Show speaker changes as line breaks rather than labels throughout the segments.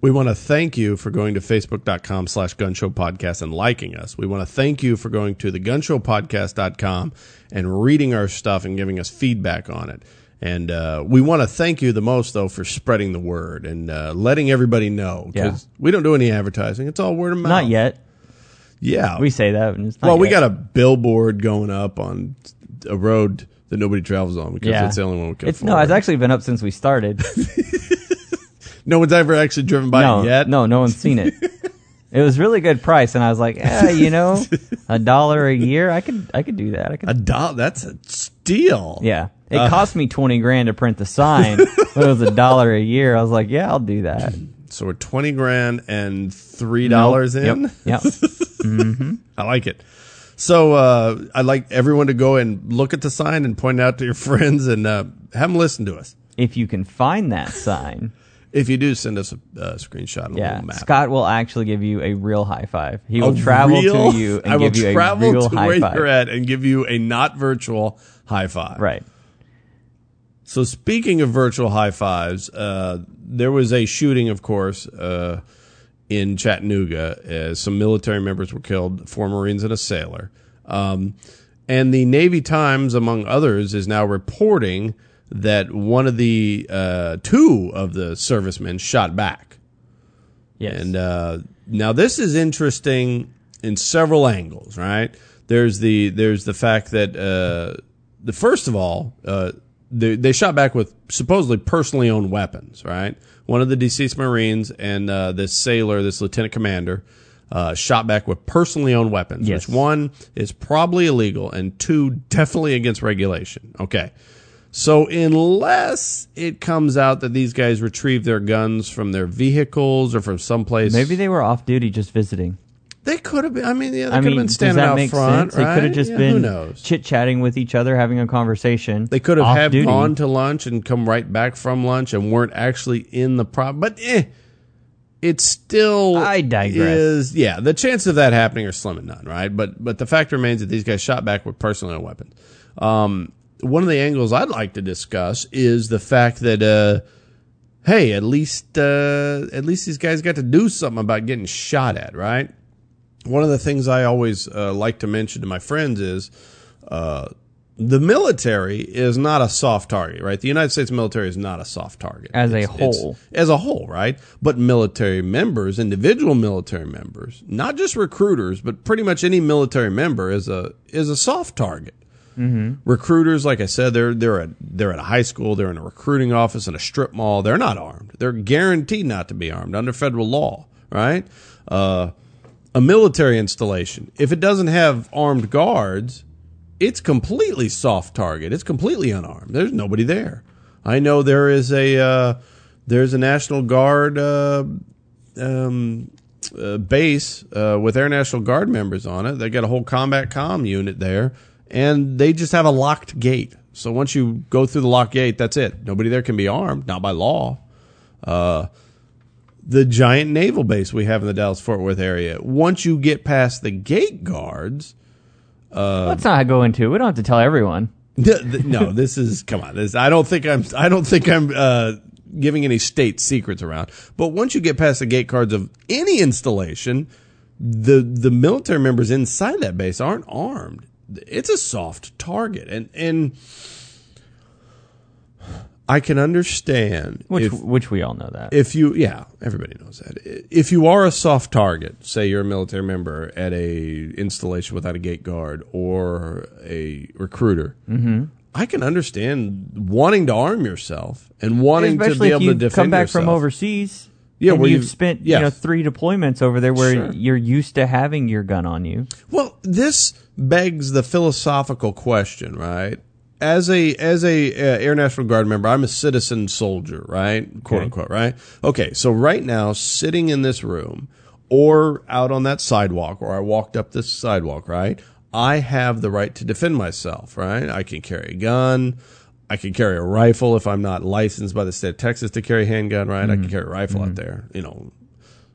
We want to thank you for going to facebook.com slash gunshow podcast and liking us. We want to thank you for going to the gunshowpodcast.com and reading our stuff and giving us feedback on it. And uh, we want to thank you the most, though, for spreading the word and uh, letting everybody know. 'cause We don't do any advertising. It's all word of mouth.
Not yet.
Yeah.
We say that. And it's not
well, we
yet.
got a billboard going up on a road that nobody travels on because
Yeah.
it's the only one we can
It's no.
afford.
It's actually been up since we started.
No one's ever actually driven by
no,
it yet.
no, no one's seen it. it was really good price, and I was like, eh, you know, a dollar a year, I could, I could do that. I could
A dollar. That's a steal.
Yeah. It
Uh.
cost me 20 grand to print the sign, but it was a dollar a year. I was like, yeah, I'll do that.
So we're 20 grand and $3 in.
Yep. yep.
I like it. So uh, I'd like everyone to go and look at the sign and point it out to your friends and uh, have them listen to us.
if you can find that sign,
If you do, send us a uh, screenshot and a
yeah,
little map.
Scott will actually give you a real high five. He will
A
travel
real-
to you and
I will
give you a
travel
real
to
high
where
five.
you're at and give you a not virtual high five.
Right.
So speaking of virtual high fives, uh, there was a shooting, of course, uh, in Chattanooga. Uh, some military members were killed, four Marines and a sailor. Um, and the Navy Times, among others, is now reporting that one of the uh, two of the servicemen shot back.
Yes.
And uh, now this is interesting in several angles, right? There's the there's the fact that uh, the first of all, uh, they, they shot back with supposedly personally owned weapons, right? One of the deceased Marines and uh, this sailor, this lieutenant commander, uh, shot back with personally owned weapons,
Yes.
which one is probably illegal and two definitely against regulation. Okay. So unless it comes out that these guys retrieved their guns from their vehicles or from someplace,
Maybe they were off duty just visiting.
they could have been. I mean, yeah, they
I
could
mean,
have been
does
standing
that
out
make
front.
sense? They could
right?
have just
Yeah, Who
been
knows?
chit chatting with each other, having a conversation.
They could have
off
have
duty.
gone to lunch and come right back from lunch and weren't actually in the problem. But eh, it's still.
I digress.
Is yeah, the chances of that happening are slim and none, right? But but the fact remains that these guys shot back with personal owned weapons. Um, one of the angles I'd like to discuss is the fact that uh, hey, at least uh, at least these guys got to do something about getting shot at, right? One of the things I always uh, like to mention to my friends is uh, the military is not a soft target, right? The United States military is not a soft target
As a
it's-
whole.
as a whole, right? But military members, individual military members, not just recruiters, but pretty much any military member is a is a soft target
Mm-hmm.
recruiters like i said they're they're at they're at a high school they're in a recruiting office in a strip mall they're not armed they're guaranteed not to be armed under federal law right uh, a military installation if it doesn't have armed guards it's completely soft target it's completely unarmed there's nobody there i know there is a uh, there's a national guard uh, um, uh, base uh, with Air National Guard members on it. They got a whole combat com unit there, and they just have a locked gate. So once you go through the locked gate, that's it. Nobody there can be armed, not by law. Uh, the giant naval base we have in the Dallas Fort Worth area. Once you get past the gate guards,
Let's not go into it. We don't have to tell everyone.
Th- th- no, this is come on. This I don't think I'm. I don't think I'm uh, giving any state secrets around. But once you get past the gate cards of any installation, the the military members inside that base aren't armed. It's a soft target, and and I can understand
Which,
if-
which we all know that.
if you yeah everybody knows that if you are a soft target say you're a military member at a installation without a gate guard or a recruiter
Mm-hmm.
i can understand wanting to arm yourself and wanting to
especially
be
if
able
you
to defend
come back
yourself.
from overseas.
Yeah,
and
where
you've
you-
spent
yeah.
you know three deployments over there where
Sure.
you're used to having your gun on you.
Well, this begs the philosophical question, right? As a as a uh, Air National Guard member, I'm a citizen soldier, right? Quote
Okay.
unquote, right? Okay, so right now, sitting in this room or out on that sidewalk, or I walked up this sidewalk, right? I have the right to defend myself, right? I can carry a gun. I can carry a rifle if I'm not licensed by the state of Texas to carry a handgun, right? I can carry a rifle out there, you know,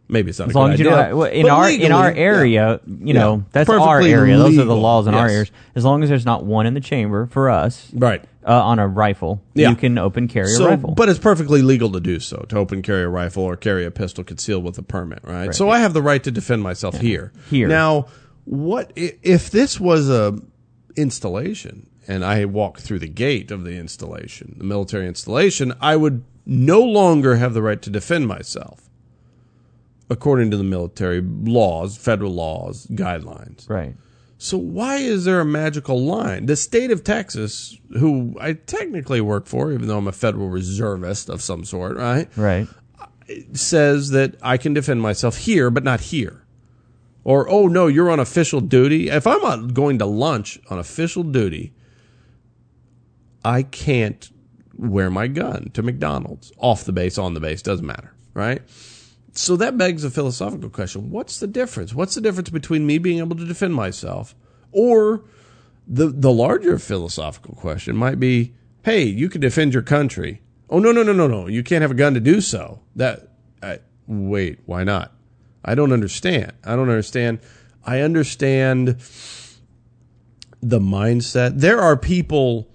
maybe it's not
Mm-hmm. As
a
long
good
as you
idea.
don't, in
but
our in
legally,
our
yeah.
area, you know,
Yeah.
that's our
Perfectly
area. Those are the
legal,
laws in our
yes.
areas. As long as there's not one in the chamber for us
right?
uh, on a rifle,
Yeah.
you can open carry a
So,
rifle.
but it's perfectly legal to do so to open carry a rifle or carry a pistol concealed with a permit, right? So I have the right to defend myself here.
Here.
now, what i- if this was a installation and I walked through the gate of the installation, the military installation? I would no longer have the right to defend myself according to the military laws, federal laws, guidelines.
right.
So why is there a magical line? The state of Texas, who I technically work for, even though I'm a federal reservist of some sort, right,
Right.
says that I can defend myself here, but not here. Or oh no, you're on official duty. If I'm out going to lunch on official duty, I can't wear my gun to McDonald's off the base, on the base, doesn't matter, right? So that begs a philosophical question. What's the difference? What's the difference between me being able to defend myself or the the larger philosophical question might be, hey, you can defend your country. Oh no, no, no, no, no. You can't have a gun to do so. That I, wait, why not? I don't understand. I don't understand. I understand the mindset. There are people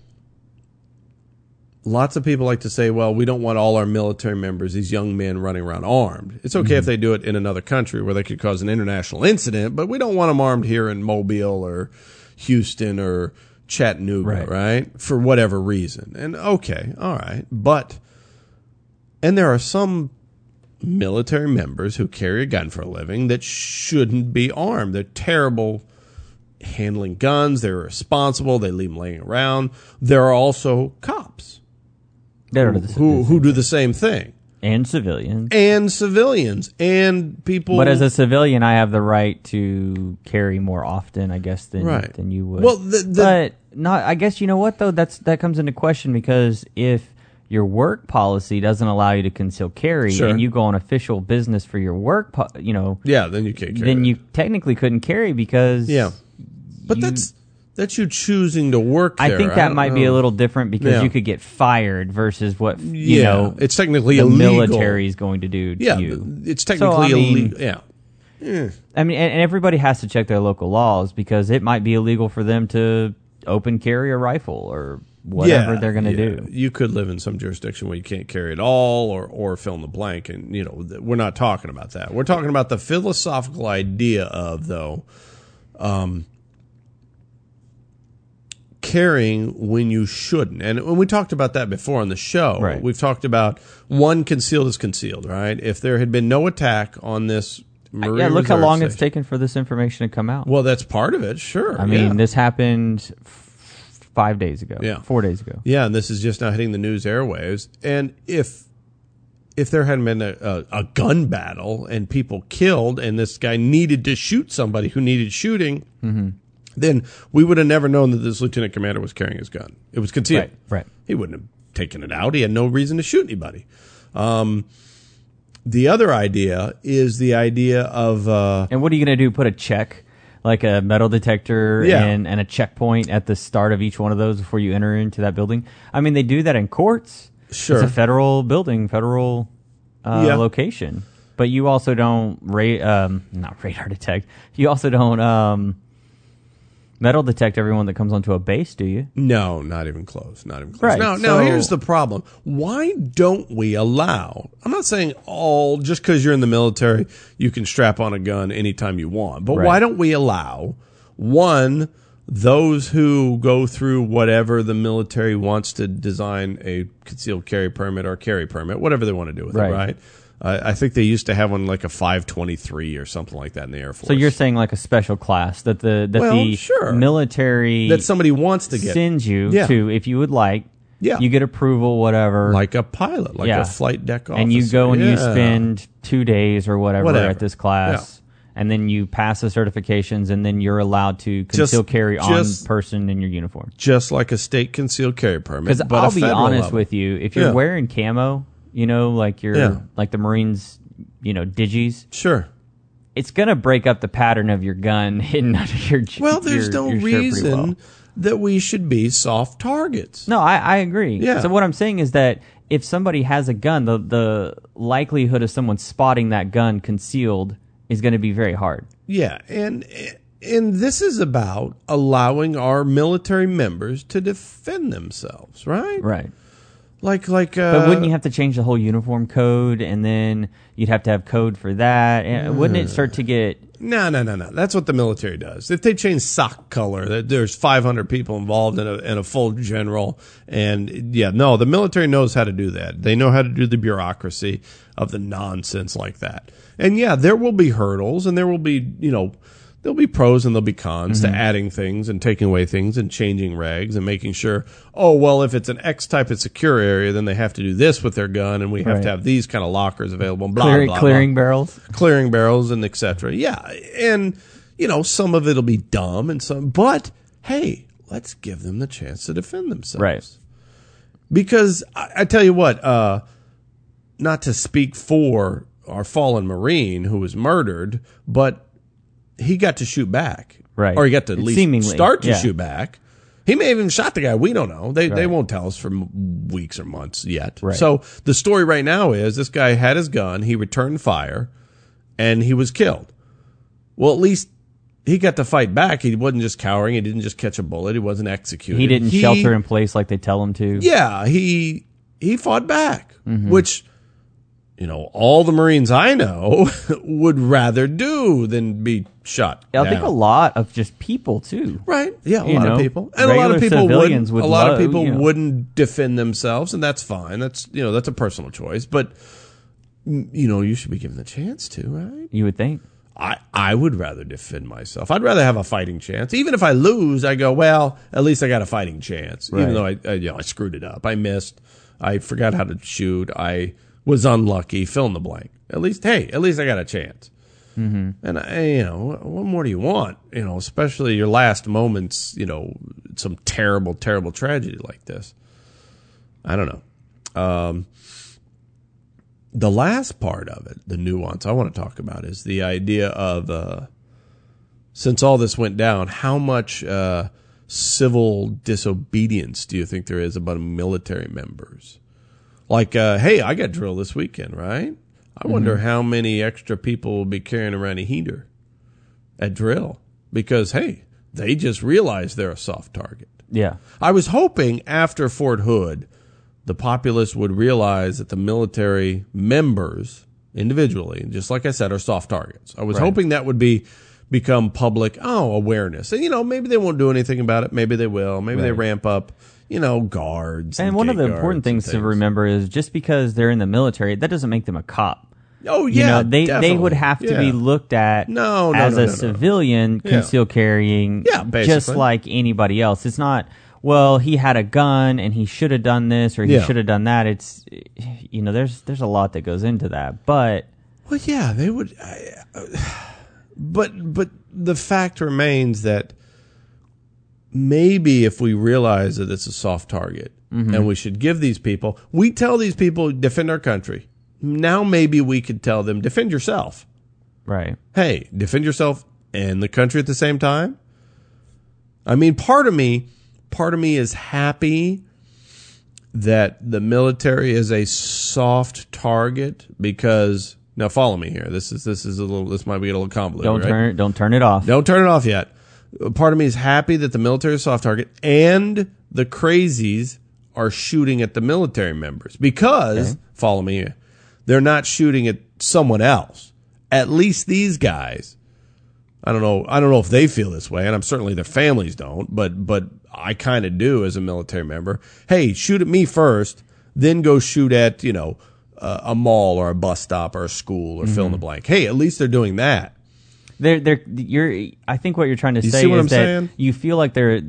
lots of people like to say, well, we don't want all our military members, these young men running around armed. It's okay if they do it in another country where they could cause an international incident, but we don't want them armed here in Mobile or Houston or Chattanooga,
Right.
right? For whatever reason. And okay, all right. But, and there are some military members who carry a gun for a living that shouldn't be armed. They're terrible handling guns. They're irresponsible. They leave them laying around. There are also cops
There are the
who who do the same thing
and civilians.
and civilians and people
But as a civilian, I have the right to carry more often, I guess, than
Right.
than you would.
Well, the- the-
but not. I guess you know what though. That's that comes into question because if your work policy doesn't allow you to conceal carry,
Sure.
and you go on official business for your work, po- you know,
yeah then you can't carry
then
it.
you technically couldn't carry because
yeah but
you-
that's that's you choosing to work
I
there.
think that
don't
might
know.
be a little different because
Yeah.
you could get fired versus what
yeah
you know
it's technically
the
illegal
military is going to do to
yeah
you.
it's technically
So, I mean-
illegal yeah
I mean, and, and everybody has to check their local laws because it might be illegal for them to open carry a rifle or whatever
Yeah,
they're going to
yeah.
do.
You could live in some jurisdiction where you can't carry at all, or or fill in the blank, and you know th- we're not talking about that. We're talking about the philosophical idea of though, um, carrying when you shouldn't, and when we talked about that before on the show,
Right.
we've talked about one concealed is concealed, right? If there had been no attack on this, Marine
yeah, look how
Reserve
long it's
station-
taken for this information to come out.
Well, that's part of it, sure.
I mean,
yeah.
this happened f- five days ago.
Yeah.
four days ago.
Yeah, and this is just now hitting the news airwaves. And if if there hadn't been a, a, a gun battle and people killed, and this guy needed to shoot somebody who needed shooting, then we would have never known that this lieutenant commander was carrying his gun. It was concealed.
Right, right.
He wouldn't have taken it out. He had no reason to shoot anybody. Um, the other idea is the idea of uh,
And what are you going to do? Put a check, like a metal detector
Yeah.
and, and a checkpoint at the start of each one of those before you enter into that building? I mean, they do that in courts.
Sure.
It's a federal building, federal uh,
Yeah.
location. But you also don't, ra- um, not radar detect, you also don't um, metal detect everyone that comes onto a base, do you?
No, not even close. Not even close.
Right,
Now, now
so-
here's the problem. Why don't we allow? I'm not saying all just because you're in the military, you can strap on a gun anytime you want. But
Right.
why don't we allow one those who go through whatever the military wants to design a concealed carry permit or carry permit, whatever they want to do with
Right.
it, right? I I think they used to have one like a 523 or something like that in the Air Force.
So you're saying like a special class that the that
Well,
the
sure.
military
that somebody wants to get
sends you
Yeah.
to if you would like.
Yeah.
You get approval, whatever.
like a pilot, like
Yeah.
a flight deck officer,
and you go and you
Yeah.
spend two days or whatever,
Whatever.
at this class, and then you pass the certifications, and then you're allowed to
Just-
conceal carry
just-
on person in your uniform.
just like a state concealed carry permit.
Because
But
I'll be honest
level.
with you, if you're
Yeah.
wearing camo, you know, like your
Yeah.
like the Marines, you know, digis,
sure.
it's gonna break up the pattern of your gun hidden under your. j-
Well, there's
your-
no
your shirt pretty
reason
well.
that we should be soft targets.
No, I, I agree.
Yeah.
So what I'm saying is that if somebody has a gun, the the likelihood of someone spotting that gun concealed is going to be very hard.
Yeah, and and this is about allowing our military members to defend themselves, right?
Right.
Like like uh,
But wouldn't you have to change the whole uniform code, and then you'd have to have code for that? And wouldn't it start to get?
No, no, no, no. That's what the military does. If they change sock color, that there's 500 people involved in a, in a full general. And yeah, no, the military knows how to do that. They know how to do the bureaucracy of the nonsense like that. And yeah, there will be hurdles and there will be, you know, there'll be pros and there'll be cons
Mm-hmm.
to adding things and taking away things and changing regs and making sure, oh, well, if it's an X type of secure area, then they have to do this with their gun and we have
Right.
to have these kind of lockers available. and Blah,
Clearing,
blah, blah
clearing barrels.
clearing barrels and etc. Yeah, and you know some of it'll be dumb and some, but hey, let's give them the chance to defend themselves.
Right.
Because I, I tell you what, uh, not to speak for our fallen marine who was murdered, but he got to shoot back,
Right.
Or he got to at least
Seemingly,
start to
yeah.
shoot back. He may have even shot the guy. We don't know. They they won't tell us for m- weeks or months yet.
Right.
So the story right now is this guy had his gun. He returned fire, and he was killed. Well, at least he got to fight back. He wasn't just cowering. He didn't just catch a bullet. He wasn't executed.
He didn't shelter in place like they tell him to.
Yeah, he he fought back,
Mm-hmm.
which you know all the Marines I know would rather do than be shot.
I think a
down.
lot of just people too.
Right. Yeah, a
You
lot
know,
of people, and a lot
regular
of people
civilians
wouldn't.
would
a lot
love-
of people
you know.
wouldn't defend themselves, and that's fine. That's you know that's a personal choice, but mm, you know you should be given the chance to, right?
You would think.
I I would rather defend myself. I'd rather have a fighting chance, even if I lose. I go well, at least I got a fighting chance,
Right.
even though I, I you know I screwed it up. I missed. I forgot how to shoot. I was unlucky. Fill in the blank. At least hey, at least I got a chance. And I, you know, what more do you want? You know, especially your last moments. You know, some terrible, terrible tragedy like this. I don't know. Um, the last part of it, the nuance I want to talk about is the idea of uh, since all this went down, how much uh, civil disobedience do you think there is among military members? Like, uh, hey, I got drilled this weekend, right? I wonder how many extra people will be carrying around a heater at drill because, hey, they just realized they're a soft target.
Yeah.
I was hoping after Fort Hood, the populace would realize that the military members individually, just like I said, are soft targets. I was hoping that would be become public oh awareness, and you know maybe they won't do anything about it. Maybe they will. Maybe they ramp up. You know, guards.
And one of
gate
the important
guards and
things, to remember is just because they're in the military, that doesn't make them a cop.
Oh yeah,
You know, they
definitely.
they would have to
Yeah.
be looked at
No, no,
as
no,
a
no, no.
civilian concealed carrying,
Yeah,
just
basically.
like anybody else. It's not well he had a gun and he should have done this or he
Yeah.
should have done that. It's you know there's there's a lot that goes into that, but
Well, yeah, they would. I, uh, but but the fact remains that maybe if we realize that it's a soft target and we should give these people, we tell these people defend our country. Now maybe we could tell them defend yourself.
right,
Hey, defend yourself and the country at the same time. I mean, part of me, part of me is happy that the military is a soft target because now follow me here. This is this is a little this might be a little convoluted.
don't
right?
turn don't turn it off.
Don't turn it off yet. Uh, Part of me is happy that the military is soft target and the crazies are shooting at the military members because follow me here. They're not shooting at someone else. At least these guys. I don't know. I don't know if they feel this way, and I'm certainly their families don't. But but I kind of do as a military member. Hey, shoot at me first, then go shoot at you know uh, a mall or a bus stop or a school or fill in the blank. Hey, at least they're doing that.
they're they're you're I think what you're trying to say
see what
is
I'm
that
saying?
you feel like there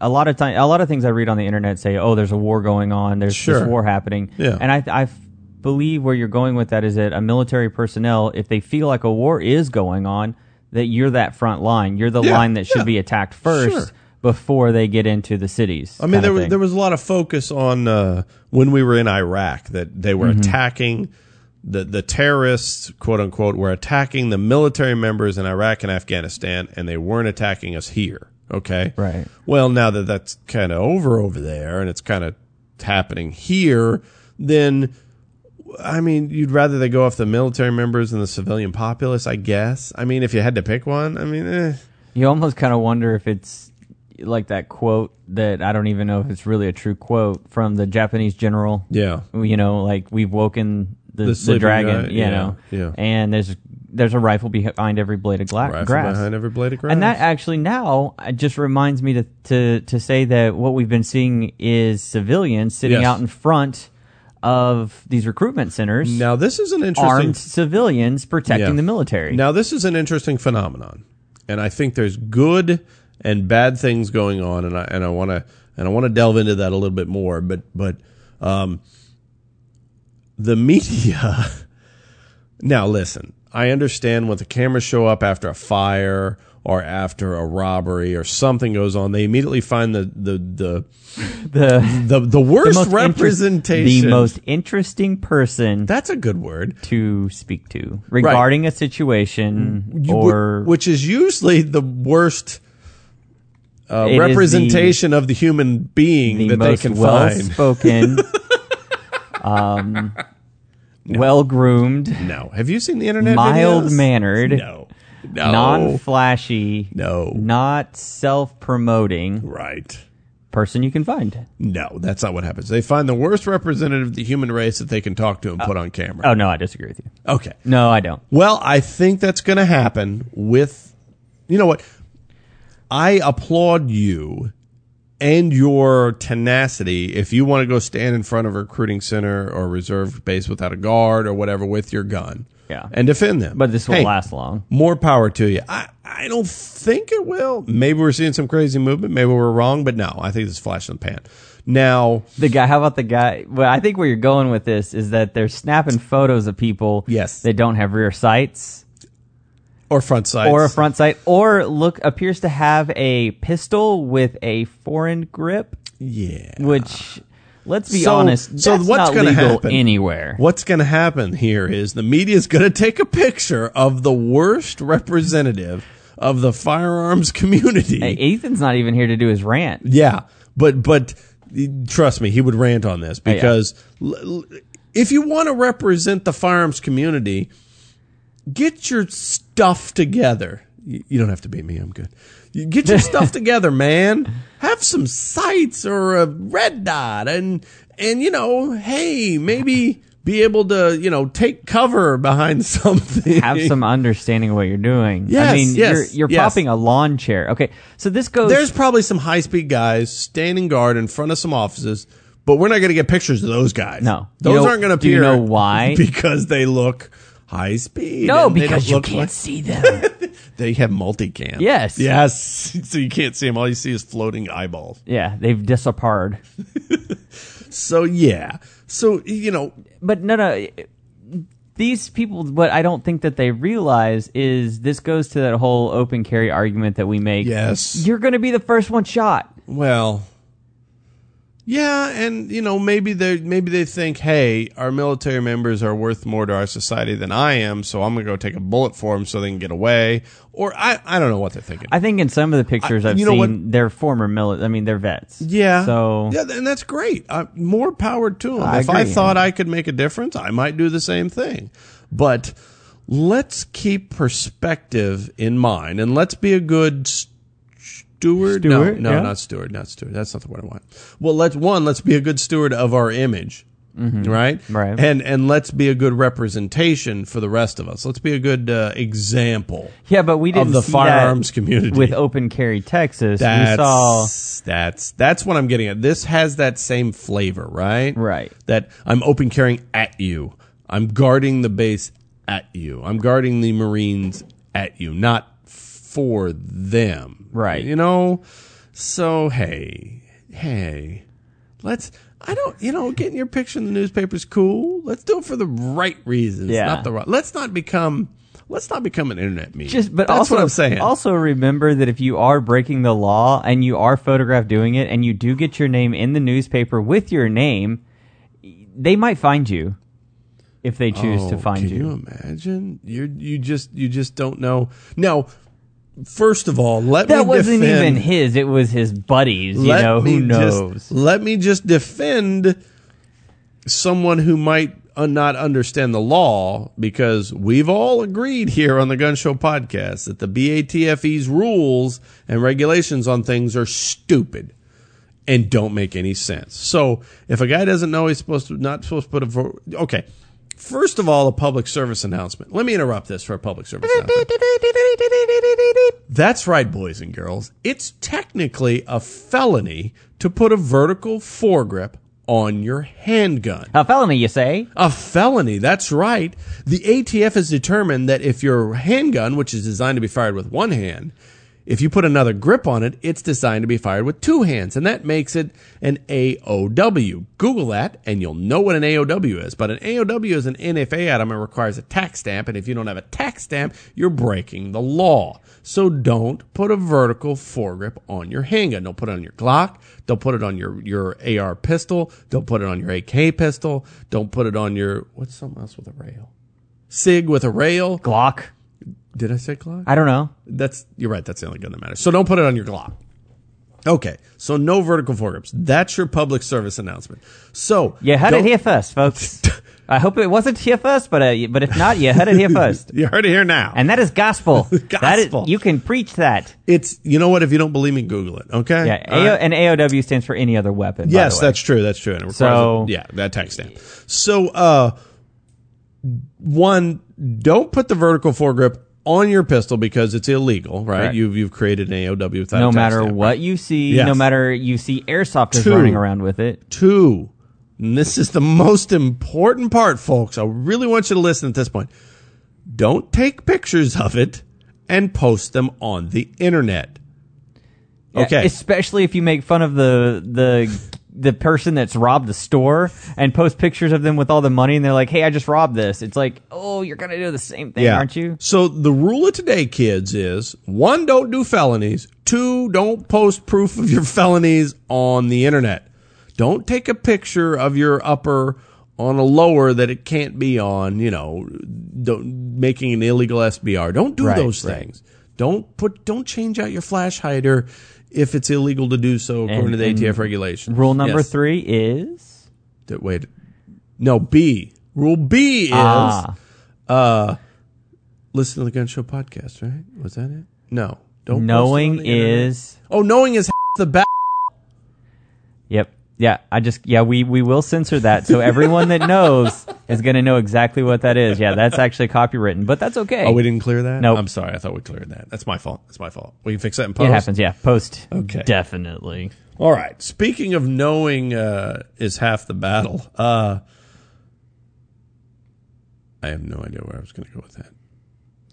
a lot of time a lot of things I read on the internet say oh there's a war going on there's
Sure.
this war happening
Yeah.
and I I f- believe where you're going with that is that a military personnel if they feel like a war is going on that you're that front line you're the
Yeah,
line that should
yeah.
be attacked first
Sure.
before they get into the cities
I mean, there was, there was a lot of focus on uh, when we were in Iraq that they
Mm-hmm.
were attacking the the terrorists, quote unquote, were attacking the military members in Iraq and Afghanistan, and they weren't attacking us here. Okay.
Right.
Well, now that that's kind of over over there and it's kind of happening here, then I mean, you'd rather they go off the military members and the civilian populace, I guess. I mean, if you had to pick one, I mean, eh.
You almost kind of wonder if it's like that quote that I don't even know if it's really a true quote from the Japanese general.
yeah,
You know, like we've woken the, the,
sleeping
dragon.
guy,
you
yeah,
know,
yeah.
And there's there's a rifle behind every blade of gla-
rifle
grass.
behind every blade of grass.
And that actually now uh, just reminds me to, to, to say that what we've been seeing is civilians sitting
Yes.
out in front of these recruitment centers,
now this is an interesting
armed civilians protecting
Yeah.
the military.
Now, this is an interesting phenomenon, and I think there's good and bad things going on, and I and I want to and I want to delve into that a little bit more. But but um, the media. Now, listen, I understand when the cameras show up after a fire or after a robbery or something goes on, they immediately find the the the
the,
the, the
the
worst
most inter-
representation.
the most interesting person
That's a good word.
to speak to regarding a situation
You-
or
which is usually the worst uh,
It is
representation of the human being
the
that they
most
can
well
find.
spoken, um, well groomed,
No, have you seen the internet?
mild
videos?
mannered.
No, no,
non flashy,
No.
not self promoting
right.
person you can find.
No, that's not what happens. They find the worst representative of the human race that they can talk to and put on camera.
Oh no, I disagree with you.
Okay.
No, I don't.
Well, I think that's going to happen with, you know what? I applaud you and your tenacity if you want to go stand in front of a recruiting center or reserve base without a guard or whatever with your gun.
Yeah.
And defend them.
But this won't
Hey,
last long.
More power to you. I, I don't think it will. Maybe we're seeing some crazy movement. Maybe we're wrong, but no, I think it's a flash in the pan. Now,
The guy, how about the guy? Well, I think where you're going with this is that they're snapping photos of people
Yes.
that don't have rear sights
or front sights.
or a front sight or look appears to have a pistol with a foreign grip,
Yeah.
which let's be
So-
honest,
so
that's
what's
not
gonna
legal
happen?
anywhere.
What's going to happen here is the media is going to take a picture of the worst representative of the firearms community.
Hey, Ethan's not even here to do his rant.
Yeah, but but trust me, he would rant on this because l- l- if you want to represent the firearms community, get your stuff together. You you don't have to beat me. I'm good. You Get your stuff together, man. Have some sights or a red dot, and and you know, hey, maybe be able to you know take cover behind something.
have some understanding of what you're doing.
Yes,
I mean,
yes,
you're, you're
yes.
popping a lawn chair. Okay, so this goes.
There's probably some high speed guys standing guard in front of some offices, but we're not going to get pictures of those guys.
No.
those
You know-
aren't going to
do
appear.
you know why?
Because they look high speed.
no,
and they
because
don't
you
look
can't
like-
see them.
they have multicam.
Yes.
yes. So you can't see them. All you see is floating eyeballs.
yeah, they've disappeared.
So yeah. So you know,
But no, no. These people, what I don't think that they realize is this goes to that whole open carry argument that we make.
yes.
You're going to be the first one shot.
Well. Yeah, and you know maybe they maybe they think, hey, our military members are worth more to our society than I am, so I'm gonna go take a bullet for them so they can get away. Or I I don't know what they're thinking.
I think in some of the pictures
I-
I, have
you know
seen,
what-
they're former military. I mean, they're vets.
Yeah.
So
yeah, and that's great. Uh, more power to them.
I
if I
agree.
thought I could make a difference, I might do the same thing. But let's keep perspective in mind, and let's be a good s- steward.
Steward,
no, no,
yeah.
not steward, not steward. That's not the word I want. Well, let's one, let's be a good steward of our image. Right,
Mm-hmm. Right.
and and let's be a good representation for the rest of us. Let's be a good uh, example
yeah, but we didn't
of the
see that
firearms community
with open carry Texas. we
that's,
saw
that's that's what I'm getting at. This has that same flavor, right?
Right.
That I'm open carrying at you. I'm guarding the base at you. I'm guarding the Marines at you, not for them.
Right.
You know? So hey, hey. Let's I don't you know, getting your picture in the newspaper's cool. Let's do it for the right reasons,
Yeah.
not the wrong. Let's not become let's not become an internet meme.
just but
that's
also
what I'm saying.
Also remember that if you are breaking the law and you are photographed doing it and you do get your name in the newspaper with your name, they might find you if they choose to
Oh, can
find
you. imagine? You you just you just don't know. Now, First of all, let
That
me
wasn't
defend,
even his. It was his buddies. You know who
me just-
knows.
let me just defend someone who might uh, not understand the law because we've all agreed here on the Gun Show podcast that the BATFE's rules and regulations on things are stupid and don't make any sense. So if a guy doesn't know he's supposed to not supposed to put a vo- okay. First of all, a public service announcement. Let me interrupt this for a public service announcement. That's right, boys and girls. It's technically a felony to put a vertical foregrip on your handgun.
A felony, you say?
A felony, that's right. The ATF has determined that if your handgun, which is designed to be fired with one hand, if you put another grip on it, it's designed to be fired with two hands, and that makes it an AOW. Google that, and you'll know what an AOW is. But an AOW is an NFA item and requires a tax stamp, and if you don't have a tax stamp, you're breaking the law. So don't put a vertical foregrip on your handgun. Don't put it on your Glock. Don't put it on your, your AR pistol. Don't put it on your AK pistol. Don't put it on your, what's something else with a rail? SIG with a rail.
Glock.
Did I say Glock?
I don't know.
That's, you're right. That's the only gun that matters. So don't put it on your Glock. Okay. So no vertical foregrips. That's your public service announcement. So.
You heard
don't-
it here first, folks. I hope it wasn't here first, but uh, but if not, you heard it here first.
You heard it here now.
And that is gospel. That is,
Gospel.
you can preach that.
it's, you know what? If you don't believe me, Google it. Okay.
Yeah,
All
AO,
right?
and AOW stands for any other weapon. by
Yes,
the way.
that's true. That's true. And it requires a-
So-
yeah, that tax stamp. So uh one, don't put the vertical foregrip on your pistol because it's illegal, right?
Correct.
You've you've created an AOW without a
No
tax
matter
stamp,
what
right?
you see,
Yes.
no matter you see airsofters
Two.
running around with it.
Two, and this is the most important part, folks. I really want you to listen at this point. Don't take pictures of it and post them on the internet.
Yeah,
Okay.
especially if you make fun of the the the person that's robbed the store and post pictures of them with all the money, and they're like, "Hey, I just robbed this." It's like, "Oh, you're gonna do the same thing, aren't you?"
So the rule of today, kids, is one, don't do felonies. Two, don't post proof of your felonies on the internet. Don't take a picture of your upper on a lower that it can't be on, you know, don't, making an illegal SBR. Don't do
Right,
those
right.
things. Don't put, don't change out your flash hider if it's illegal to do so according
And-
to the ATF regulation.
Rule number
Yes. Oh,
three is
Th- Wait, no, B. Rule B is uh,
ah,
listen to the Gun Show podcast, right? Was that it? No. Don't
knowing
post it on the internet.
is
Oh, knowing is the best.
yep. Yeah, I just yeah we we will censor that so everyone that knows is going to know exactly what that is. Yeah, that's actually copywritten, but that's okay.
Oh, we didn't clear that?
Nope.
I'm sorry. I thought we cleared that. That's my fault. That's my fault. We can fix that in post.
it happens. Yeah, post.
Okay.
definitely.
All right. Speaking of knowing uh, is half the battle. Uh, I have no idea where I was going to go with that.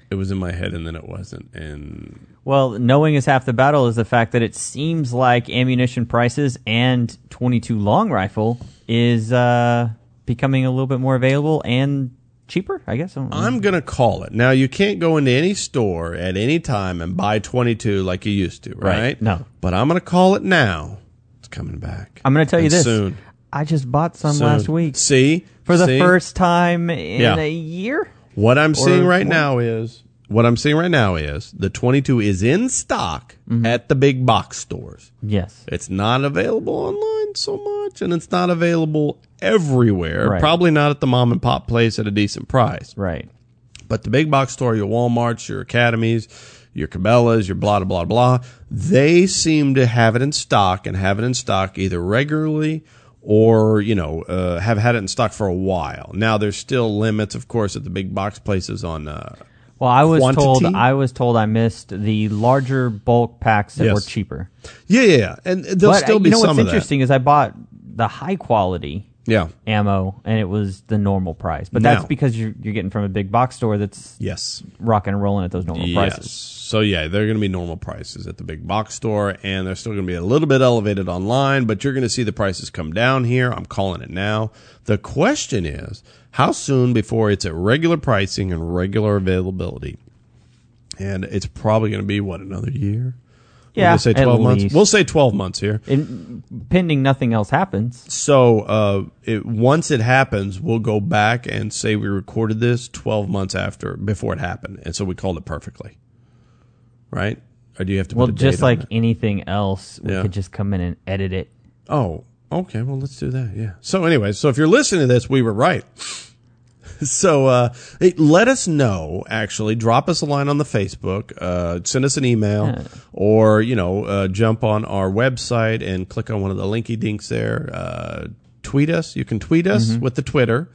It was in my head and then it wasn't. And
Well, knowing is half the battle is the fact that it seems like ammunition prices and 22 long rifle is uh, becoming a little bit more available and cheaper, I guess. I don't know.
I'm going to call it. Now, you can't go into any store at any time and buy 22 like you used to, right?
No.
But I'm going to call it now. It's coming back.
I'm going to tell you
And
this.
Soon.
I just bought some
soon.
last week
See?
for the
See?
first time in
Yeah.
a year.
What I'm seeing right
more.
now is what I'm seeing right now is the 22 is in stock
Mm-hmm.
at the big box stores.
Yes.
It's not available online so much, and it's not available everywhere.
Right.
Probably not at the mom and pop place at a decent price.
Right.
But the big box store, your Walmarts, your Academies, your Cabela's, your blah, blah, blah, blah, they seem to have it in stock and have it in stock either regularly or, you know, uh, have had it in stock for a while. Now, there's still limits, of course, at the big box places on. Uh,
Well, I was told
Quantity?
I was told I missed the larger bulk packs that
Yes.
were cheaper.
yeah, yeah, yeah. And there'll
But uh,
still
you
be
know
some
what's
of that.
interesting is I bought the high quality
Yeah.
ammo and it was the normal price. But that's
Now-
because you're you're getting from a big box store that's
Yes.
rocking and rolling at those normal
Yes.
prices.
So yeah, they're going to be normal prices at the big box store, and they're still going to be a little bit elevated online, but you're going to see the prices come down here. I'm calling it now. The question is, how soon before it's at regular pricing and regular availability? And it's probably going to be what another year. We're
Yeah,
gonna say
at
12 months.
least.
We'll say 12 months here.
And pending nothing else happens.
So uh, it, once it happens, we'll go back and say we recorded this 12 months after before it happened, and so we called it perfectly. right? Or do you have to?
Well,
put a
just
date on
like
it?
anything else, we
Yeah.
could just come in and edit it.
oh, okay. Well, let's do that. Yeah. So, anyway, so if you're listening to this, we were right. So uh, hey, let us know. Actually, drop us a line on the Facebook, uh, send us an email, or you know, uh, jump on our website and click on one of the linky dinks there. Uh, tweet us. You can tweet us
Mm-hmm.
with the Twitter,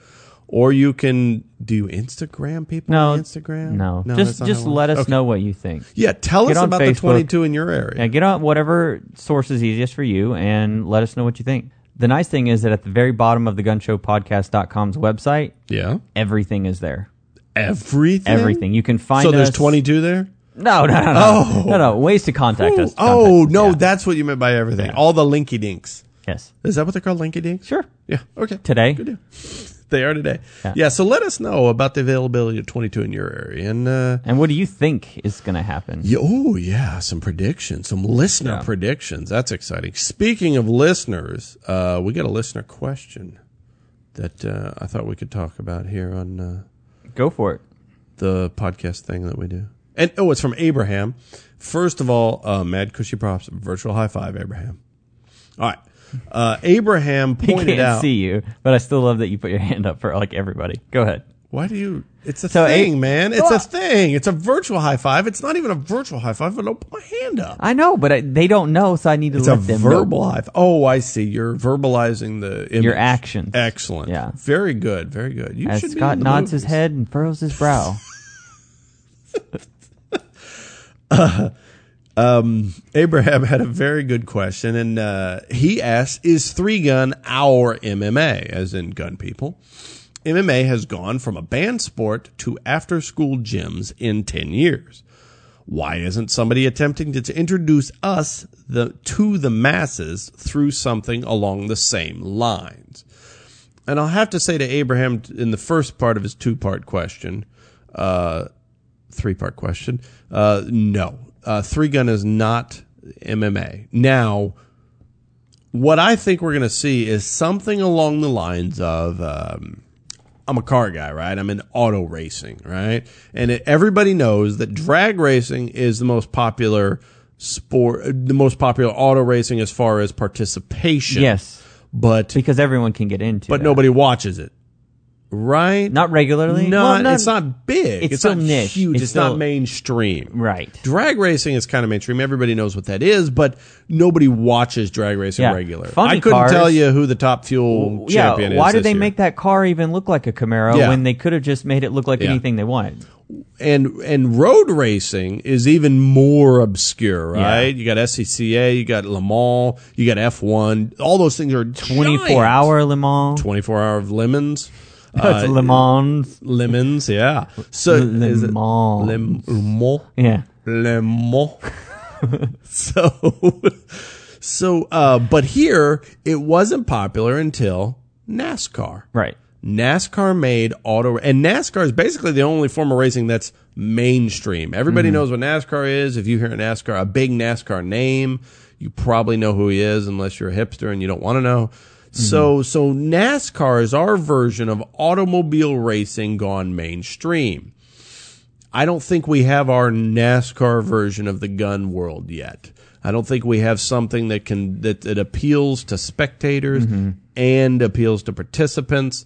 or you can do Instagram. People
No
on Instagram.
No,
that's
just
not
just
how it
let
works.
us
Okay.
know what you think.
Yeah, tell
Get
us
on
about the
Facebook.
22 in your area.
Yeah, get on whatever source is easiest for you and let us know what you think. The nice thing is that at the very bottom of the gunshowpodcast.com's website,
Yeah.
everything is there.
Everything.
Everything. You can find
So there's
us-
22 there?
No, no, no, no.
Oh.
No, no. Ways to contact us.
oh,
Contact us.
no,
Yeah.
that's what you meant by everything. All the linky dinks.
Yes.
Is that what they're called? Linky dinks?
Sure.
Yeah. Okay.
Today.
Good deal. They are today. Yeah.
Yeah.
So let us know about the availability of 22 in your area. And, uh,
And what do you think is going to happen?
yeah, oh, yeah, some predictions, some listener
Yeah.
predictions. That's exciting. Speaking of listeners, uh, we got a listener question that uh, I thought we could talk about here on. Uh,
Go for it.
the podcast thing that we do. And oh, it's from Abraham. First of all, uh, mad cushy props, virtual high five, Abraham. All right, uh, Abraham
He
pointed
can't
out.
see you, but I still love that you put your hand up for like everybody. Go ahead.
Why do you? It's a
So,
thing,
A-
man. It's a
Well-
thing. It's a virtual high five. It's not even a virtual high five. But don't put my hand up.
I know, but I, they don't know, so I need to
It's a
let them know.
verbal high. F- oh, I see. You're verbalizing the image.
Your actions.
Excellent.
Yeah.
Very good. Very good. You
As
should be
Scott
in the
nods his
movies.
head and furrows his brow.
Um, Abraham had a very good question, and uh, he asked, "Is three gun our MMA, as in gun people? MMA has gone from a banned sport to after-school gyms in ten years. Why isn't somebody attempting to introduce us the to the masses through something along the same lines?" and I'll have to say to Abraham in the first part of his two part question, uh, three part question, uh, no. Uh, three gun is not MMA. Now, what I think we're going to see is something along the lines of um, I'm a car guy, right? I'm in auto racing, right? And it, everybody knows that drag racing is the most popular sport, the most popular auto racing as far as participation.
Yes,
But
because everyone can get into
but
that.
nobody watches it, right?
Not regularly.
not,
Well,
it's not big.
it's
It's,
still
not
niche.
huge. It's,
It's
not
still-
mainstream.
Right.
Drag racing is kind of mainstream. Everybody knows what that is, but nobody watches drag racing
Yeah.
regularly.
Funny
I couldn't
cars-
tell you who the top fuel
Yeah.
champion is.
Why did
this
they
year.
make that car even look like a Camaro
Yeah.
when they could have just made it look like
Yeah.
anything they wanted?
and and road racing is even more obscure, right? You got SCCA, you got Le Mans, you got F one. All those things are
Twenty-four hour Le Mans.
twenty four hour of lemons. uh,
That's Le Mans.
Lemons, yeah. So
Le
is it-
Mans.
Lem- Mans?
Yeah.
Le Mans. so, so, uh, but here it wasn't popular until NASCAR.
Right.
NASCAR made auto, and NASCAR is basically the only form of racing that's mainstream. Everybody knows what NASCAR is. If you hear a NASCAR, a big NASCAR name, you probably know who he is, unless you're a hipster and you don't want to know. So, so NASCAR is our version of automobile racing gone mainstream. I don't think we have our NASCAR version of the gun world yet. I don't think we have something that can that, that appeals to spectators
Mm-hmm.
and appeals to participants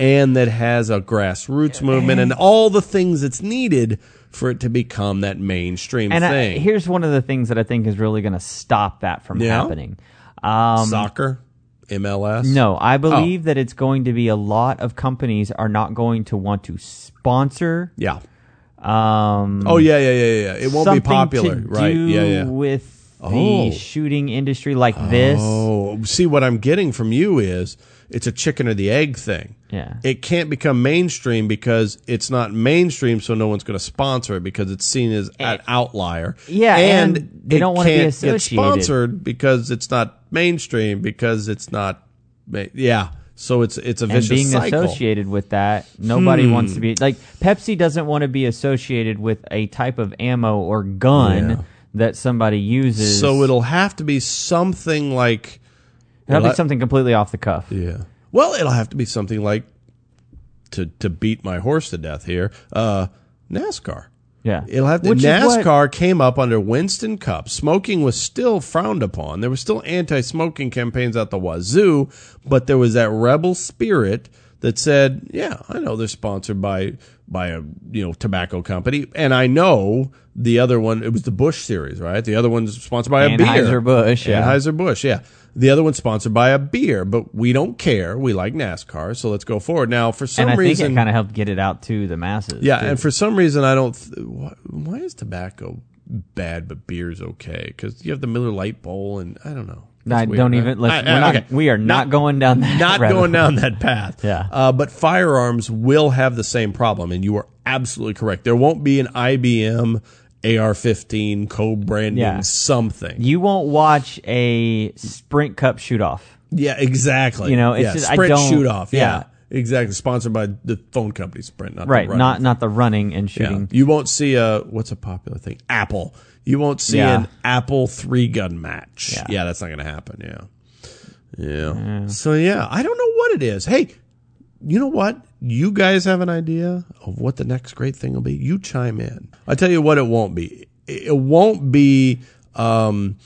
and that has a grassroots movement and all the things that's needed for it to become that mainstream
And I,
thing.
here's one of the things that I think is really going to stop that from
Yeah?
happening. Um,
Soccer, MLS.
no, I
Oh.
believe that it's going to be a lot of companies are not going to want to sponsor.
Yeah.
Um,
Oh yeah, yeah, yeah, yeah. It won't be
something
popular,
to
right?
do
Yeah, yeah.
With
Oh.
the shooting industry like this,
Oh, see what I'm getting from you is it's a chicken or the egg thing.
Yeah.
It can't become mainstream because it's not mainstream, so no one's going to sponsor it because it's seen as an outlier.
Yeah,
and,
and they
it
don't wanna be
can't
associated.
Get sponsored because it's not mainstream because it's not. Ma- yeah, so it's it's a
and
vicious
being
cycle. Hmm.
associated with that, nobody wants to be like Pepsi doesn't want to be associated with a type of ammo or gun
Yeah.
that somebody uses.
So it'll have to be something like
That'll
well, I-
be something completely off the cuff.
Yeah. Well, it'll have to be something like to to beat my horse to death here. Uh, NASCAR.
Yeah.
It'll have to.
Which is what-
NASCAR came up under Winston Cup. Smoking was still frowned upon. There were still anti-smoking campaigns out the wazoo, but there was that rebel spirit that said, "Yeah, I know they're sponsored by by a you know tobacco company, and I know the other one. It was the Bush series, right? The other one's sponsored by a beer,
Anheuser-Busch, yeah.
Anheuser Busch, yeah. The other one's sponsored by a beer, but we don't care. We like NASCAR, so let's go forward. Now, for some
and I
reason,
think it kind of helped get it out to the masses.
yeah,
too.
and for some reason I don't. Th- why, why is tobacco bad but beer's okay? Because you have the Miller Light Bowl, and I don't know.
I
That's weird,
don't
right?
even. Listen,
I- I-
we're not,
okay.
We are not, going down that.
Not
rabbit
going
hole.
down that path.
Yeah.
Uh, but firearms will have the same problem, and you are absolutely correct. There won't be an IBM AR-15 co-branding
Yeah.
something.
You won't watch a Sprint Cup shoot off.
Yeah, exactly.
You know, it's
yeah,
just- I
Sprint
don't-
shoot off. Yeah,
yeah.
exactly. Sponsored by the phone company Sprint, not the
Right.
running
Not not the running and shooting.
Yeah. You won't see a what's a popular thing? Apple. You won't see
Yeah.
an Apple three gun match. Yeah.
Yeah.
that's not gonna happen. Yeah. yeah. So yeah, I don't know what it is. Hey, you know what? You guys have an idea of what the next great thing will be? You chime in. I tell you what it won't be. It won't be um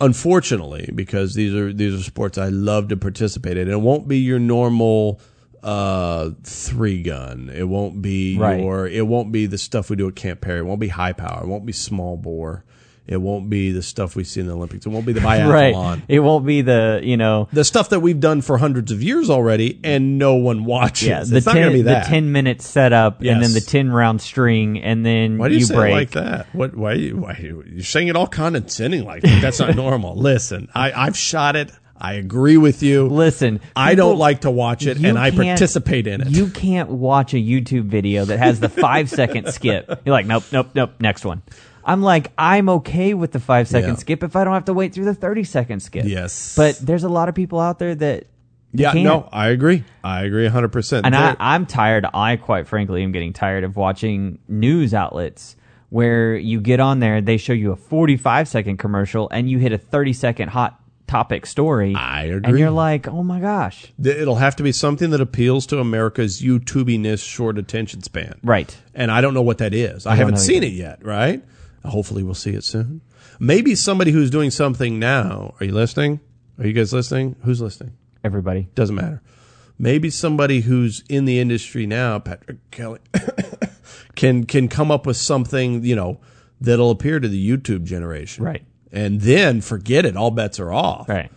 unfortunately, because these are these are sports I love to participate in. It won't be your normal uh three gun. It won't be
Right.
your it won't be the stuff we do at Camp Perry. It won't be high power. It won't be small bore. It won't be the stuff we see in the Olympics. It won't be the biathlon.
Right. It won't be the you know.
The stuff that we've done for hundreds of years already and no one watches.
Yeah, the
it's not
ten,
going to be that.
the ten minute setup, and
Yes.
then the ten round string, and then
Why do you, say
break.
it like that? What? Why? You, why you, you're saying it all condescending like that. that's not normal. Listen, I, I've shot it. I agree with you.
Listen,
I
people-
don't like to watch it,
you
and I
can't-
participate in it.
You can't watch a YouTube video that has the five second skip. You're like, nope, nope, nope, next one. I'm like, I'm okay with the five second
Yeah.
skip if I don't have to wait through the 30 second skip.
Yes.
But there's a lot of people out there that.
yeah,
can't.
no, I agree. I agree 100. percent
And I, I'm tired. I, quite frankly, am getting tired of watching news outlets where you get on there, they show you a 45 second commercial, and you hit a 30 second hot topic story.
I
And
agree.
you're like, oh my gosh.
It'll have to be something that appeals to America's YouTubiness, short attention span.
Right.
and I don't know what that is. I, haven't
know
seen it yet, right? Hopefully, we'll see it soon. Maybe somebody who's doing something now. Are you listening? Are you guys listening? Who's listening?
Everybody.
Doesn't matter. Maybe somebody who's in the industry now, Patrick Kelly, can can come up with something you know that'll appear to the YouTube generation,
Right.
And then forget it. All bets are off.
Right.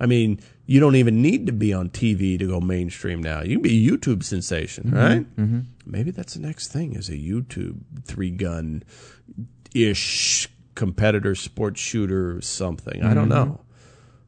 I mean, you don't even need to be on TV to go mainstream now. You can be a YouTube sensation, right? Mm-hmm. Maybe that's the next thing is a YouTube three gun ish competitor, sports shooter, something. I don't know.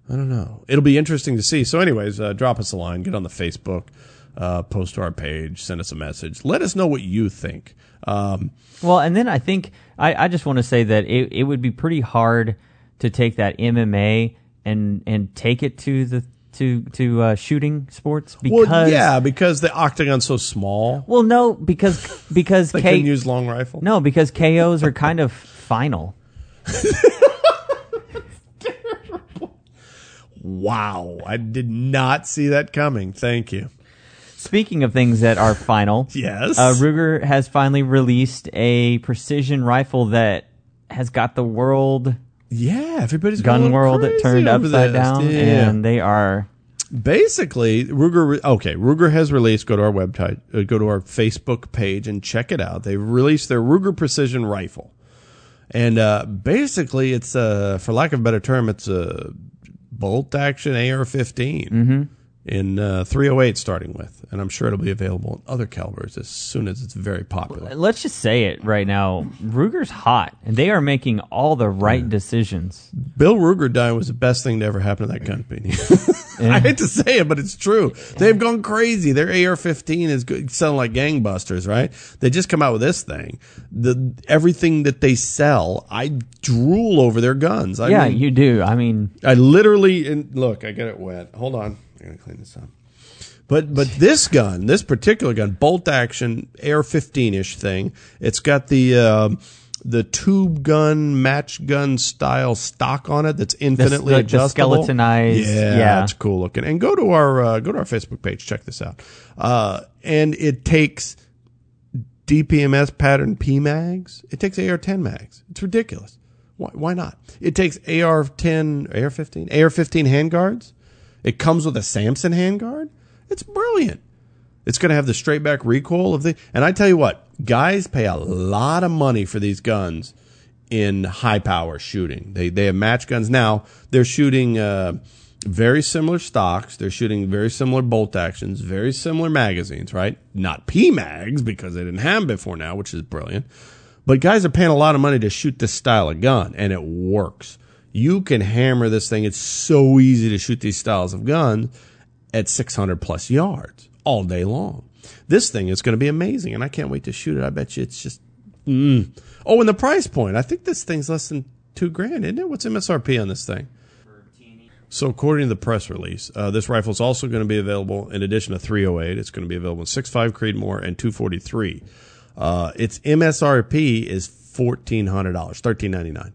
I don't know. It'll be interesting to see. So, anyways, uh, drop us a line, get on the Facebook, uh, post to our page, send us a message. Let us know what you think. Um,
Well, and then I think I, I just want to say that it, it would be pretty hard to take that MMA and and take it to the to to uh, shooting sports because
well, yeah, because the octagon's so small,
well no because because
they
K,
couldn't use long rifle.
no because KOs are kind of final.
Wow, I did not see that coming. Thank you.
Speaking of things that are final,
Yes.
uh, Ruger has finally released a precision rifle that has got the world
yeah, everybody's
gun
going
world
Oh, crazy
turned
over
upside
this.
down,
Yeah.
and they are
basically Ruger re- okay Ruger has released go to our website uh, go to our Facebook page and check it out they've released their Ruger precision rifle and uh, basically it's a for lack of a better term it's a bolt action AR-15
Mm-hmm.
in uh, 308 starting with and I'm sure it'll be available in other calibers as soon as it's very popular
Let's just say it right now. Ruger's hot, and they are making all the right decisions.
Bill Ruger dying was the best thing to ever happen to that company. I hate to say it, but it's true. They've gone crazy. Their AR-15 is good, selling like gangbusters, right? They just come out with this thing. The everything that they sell, I drool over their guns. I
yeah,
mean,
you do. I mean,
I literally and look, I got it wet. Hold on, I'm gonna clean this up. But but this gun, this particular gun, bolt action Air 15 ish thing. It's got the um the tube gun, match gun style stock on it that's infinitely
like the
adjustable.
skeletonized-
yeah,
yeah.
it's cool looking. And go to our uh, go to our Facebook page, check this out. Uh, and it takes DPMS pattern P mags. It takes AR-10 mags. It's ridiculous. Why, why not? It takes AR-10, AR-15, AR-15 handguards. It comes with a Samson handguard. It's brilliant. It's going to have the straight back recoil of the. And I tell you what, guys pay a lot of money for these guns in high power shooting. They they have match guns now. They're shooting uh, very similar stocks. They're shooting very similar bolt actions, very similar magazines. Right? Not P mags because they didn't have them before now, which is brilliant. But guys are paying a lot of money to shoot this style of gun, and it works. You can hammer this thing. It's so easy to shoot these styles of guns at 600 plus yards all day long. This thing is going to be amazing, and I can't wait to shoot it. I bet you it's just. Mm. Oh, and the price point. I think this thing's less than two grand, isn't it? What's MSRP on this thing? So, according to the press release, uh, this rifle is also going to be available in addition to 308. It's going to be available in 6.5 Creedmoor and 243. Uh, its MSRP is $1,400, $1,399.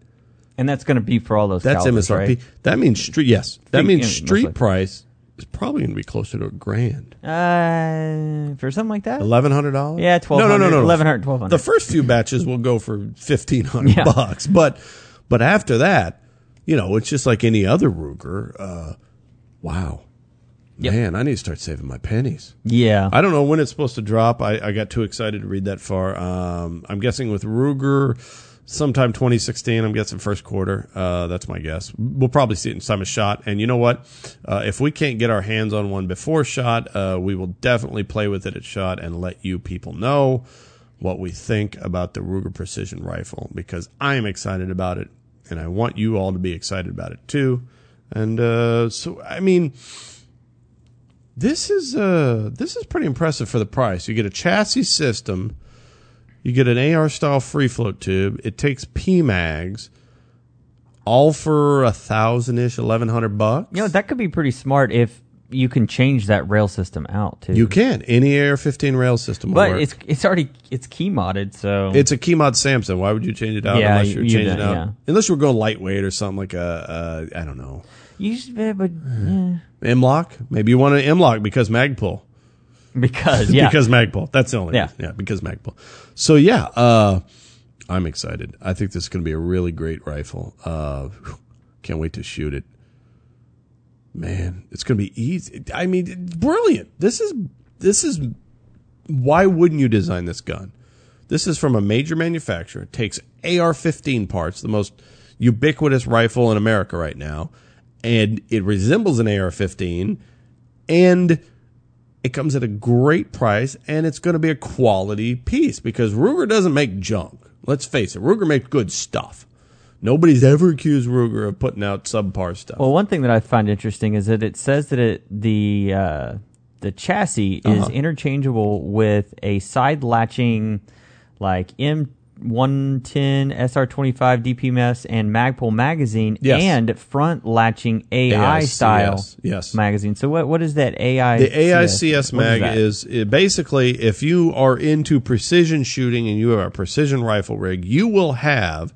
And that's going to be for all those.
That's
calibers,
MSRP.
right?
That means street. Yes, that
Street-
means
yeah,
street
mostly.
price is probably going to be closer to a grand.
Uh, for something like that.
Eleven hundred dollars.
Yeah,
No, no, no, no, no.
1100, 1200.
The first few batches will go for fifteen hundred
Yeah.
bucks, but but after that, you know, it's just like any other Ruger. Uh, wow, man, I need to start saving my pennies.
Yeah.
I don't know when it's supposed to drop. I, I got too excited to read that far. Um, I'm guessing with Ruger, sometime 2016. I'm guessing first quarter. Uh, that's my guess. We'll probably see it in time of shot. And you know what? Uh, if we can't get our hands on one before shot, uh, we will definitely play with it at shot and let you people know what we think about the Ruger Precision Rifle because I am excited about it and I want you all to be excited about it too. And uh, so, I mean. This is uh this is pretty impressive for the price. You get a chassis system, you get an AR style free float tube. It takes P mags, all for a thousand ish, eleven hundred bucks.
You know, that could be pretty smart if you can change that rail system out too.
you can any AR fifteen rail system. will
but
work.
it's it's already it's key modded, so
it's a Keymod Samson. Why would you change it out
Yeah,
unless you're
you- you
changing
don't-
out
yeah.
unless you were going lightweight or something like a uh, I don't know
you should, eh, but yeah.
M lock. Maybe you want an M lock because mag pull.
because yeah,
because Magpul. That's the only
Yeah.
reason. yeah because Magpul. So yeah, uh, I'm excited. I think this is going to be a really great rifle. Uh, whew, can't wait to shoot it. Man, it's going to be easy. I mean, it's brilliant. This is this is why wouldn't you design this gun? This is from a major manufacturer. It takes AR-15 parts, the most ubiquitous rifle in America right now, and it resembles an AR-15 and it comes at a great price and it's going to be a quality piece because Ruger doesn't make junk. Let's face it, Ruger makes good stuff. Nobody's ever accused Ruger of putting out subpar stuff.
Well, one thing that I find interesting is that it says that it the uh, the chassis
Uh-huh.
is interchangeable with a side latching like M. 110 SR25 DPMS and Magpul magazine
Yes.
and front latching AI
AICS,
style
yes.
magazine. So what what is that AI
the AICS mag is, it basically if you are into precision shooting and you have a precision rifle rig, you will have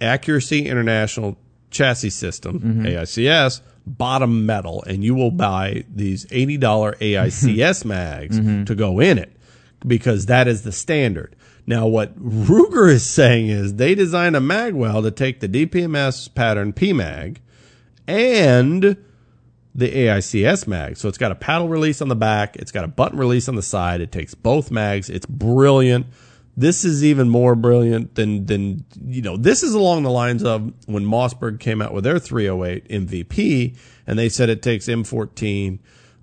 Accuracy International chassis system, AICS, bottom metal, and you will buy these $80 AICS mags to go in it because that is the standard. Now, what Ruger is saying is they designed a mag well to take the DPMS pattern PMAG and the AICS mag. So it's got a paddle release on the back, it's got a button release on the side. It takes both mags. It's brilliant. This is even more brilliant than than you know. This is along the lines of when Mossberg came out with their 308 MVP, and they said it takes M14,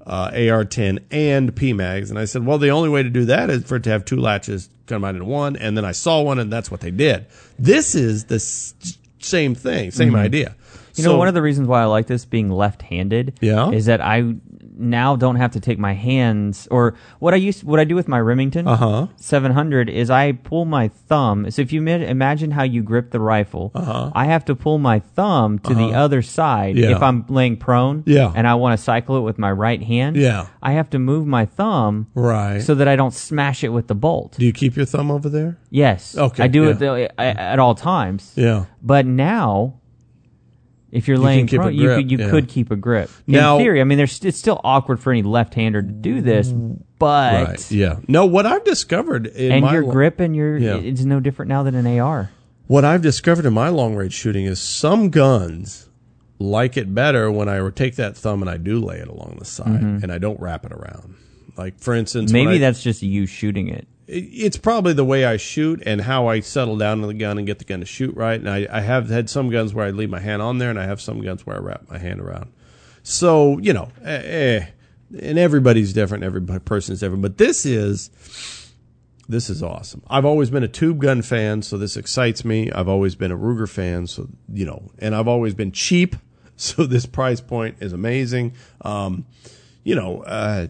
uh, AR10, and P mags. And I said, well, the only way to do that is for it to have two latches combined into one. And then I saw one, and that's what they did. This is the s- same thing, same idea.
Mm-hmm. You know, one of the reasons why I like this being left-handed
Yeah?
is that I now don't have to take my hands or what I used what I do with my Remington
Uh-huh.
700 is I pull my thumb. So if you mi- imagine how you grip the rifle, uh-huh. I have to pull my thumb to the other side
Uh-huh. Yeah.
if I'm laying prone
Yeah.
and I want to cycle it with my right hand.
Yeah.
I have to move my thumb
right.
so that I don't smash it with the bolt.
Do you keep your thumb over there?
Yes.
Okay,
I do
yeah.
it though, I- at all times.
Yeah.
But now, if you're laying
keep a
prone, you,
grip,
could, you
yeah.
could keep a grip. In
Now-
theory, I mean, there's, it's still awkward for any left-hander to do this, but
Mm. Right. Yeah. No, what I've discovered in
and
my
your
lo-
grip and your
Yeah.
it's no different now than an AR.
what I've discovered in my long range shooting is some guns like it better when I take that thumb and I do lay it along the side and I don't wrap it around. Like for instance, when
Mm-hmm. Maybe
I-
that's just you shooting it.
it- it's probably the way I shoot and how I settle down to the gun and get the gun to shoot right. And I, I have had some guns where I leave my hand on there, and I have some guns where I wrap my hand around. So you know, eh, eh, and everybody's different, every person's different. But this is this is awesome. I've always been a tube gun fan, so this excites me. I've always been a Ruger fan, so you know, and I've always been cheap, so this price point is amazing. Um, you know, uh,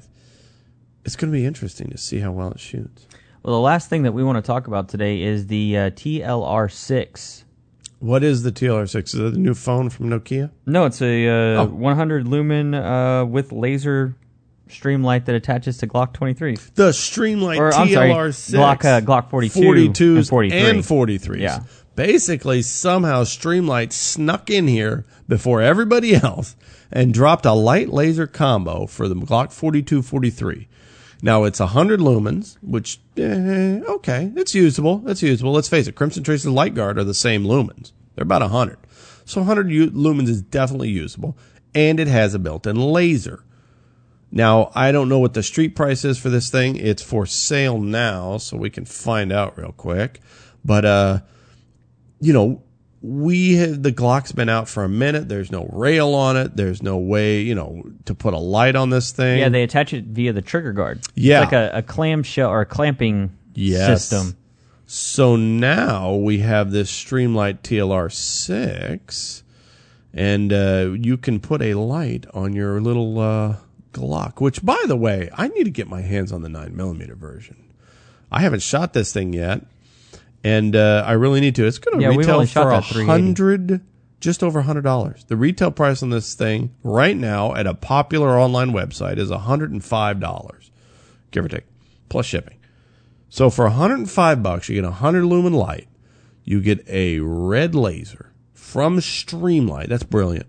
it's going to be interesting to see how well it shoots.
Well, the last thing that we want to talk about today is the uh, TLR6.
What is the TLR6? Is that the new phone from Nokia?
No, it's a uh,
Oh.
100 lumen uh, with laser stream light that attaches to Glock 23.
The Streamlight
Or, I'm sorry,
TLR6.
Glock, uh, Glock 42
42s
and 43.
and 43s.
Yeah.
Basically, somehow Streamlight snuck in here before everybody else and dropped a light laser combo for the Glock 42 43. Now it's 100 lumens, which, eh, okay, it's usable. It's usable. Let's face it, Crimson Trace and Light Guard are the same lumens. They're about 100. So 100 u- lumens is definitely usable, and it has a built in laser. Now, I don't know what the street price is for this thing. It's for sale now, so we can find out real quick. But uh you know, we have, the Glock's been out for a minute. There's no rail on it. There's no way, you know, to put a light on this thing.
Yeah, they attach it via the trigger guard.
Yeah.
It's like a, a clamshell or a clamping
Yes.
system.
So now we have this Streamlight TLR6, and uh, you can put a light on your little uh, Glock, which, by the way, I need to get my hands on the 9mm version. I haven't shot this thing yet, and uh, I really need to. It's going to
Yeah, we've
retail
only shot
for a
that 380.
hundred, just over hundred dollars. The retail price on this thing right now at a popular online website is hundred and five dollars, give or take, plus shipping. So for 105 bucks, you get a 100 lumen light. You get a red laser from Streamlight. That's brilliant.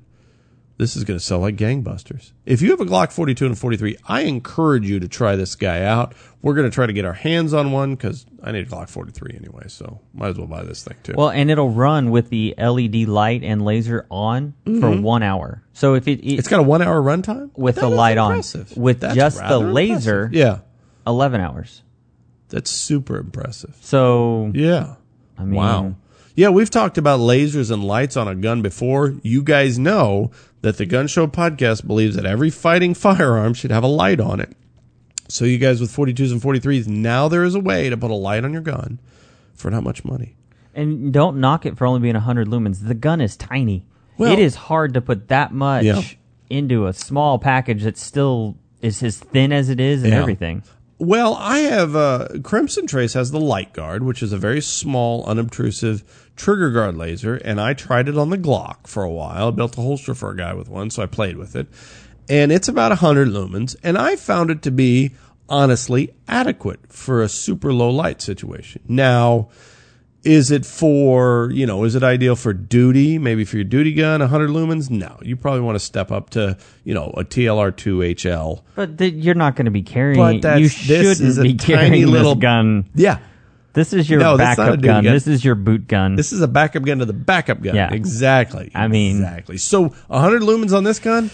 This is going to sell like gangbusters. If you have a Glock 42 and 43, I encourage you to try this guy out. We're going to try to get our hands on one because I need a Glock 43 anyway, so might as well buy this thing too.
Well, and it'll run with the LED light and laser on for one hour. So if it, it
Mm-hmm. it's got a one hour runtime
with the
That is
light on.
impressive.
With
That's
just the
rather
laser-
impressive. Yeah,
11 hours.
that's super impressive.
So
Yeah.
I mean-
wow. Yeah, we've talked about lasers and lights on a gun before. You guys know that the Gun Show podcast believes that every fighting firearm should have a light on it. So you guys with 42s and 43s, now there is a way to put a light on your gun for not much money.
and don't knock it for only being 100 lumens. The gun is tiny.
Well-
it is hard to put that much
Yeah.
into a small package that still is as thin as it is and
Yeah.
everything.
Well, I have uh, Crimson Trace has the light guard, which is a very small, unobtrusive trigger guard laser, and I tried it on the Glock for a while. I built a holster for a guy with one, so I played with it, and it's about hundred lumens, and I found it to be honestly adequate for a super low light situation. Now, is it for you know is it ideal for duty maybe for your duty gun 100 lumens no you probably want to step up to you know a tlr2 hl
But th- you're not going to be carrying.
But that's-
you
this
shouldn't
is a
be
tiny
carrying
little-
this gun.
yeah
This is your
No, that's not a
backup
duty
gun.
gun.
This is your boot gun.
This is a backup gun to the backup gun.
Yeah.
Exactly.
I mean-
exactly. So 100 lumens on this gun,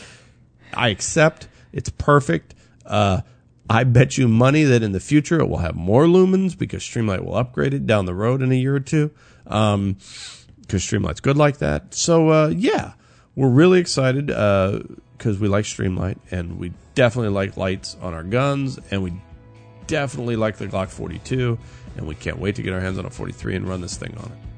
I accept. It's perfect. Uh, I bet you money that in the future it will have more lumens because Streamlight will upgrade it down the road in a year or two. Um, because Streamlight's good like that. So uh, yeah, we're really excited because we like Streamlight and we definitely like lights on our guns and we definitely like the Glock 42 and we can't wait to get our hands on a 43 and run this thing on it.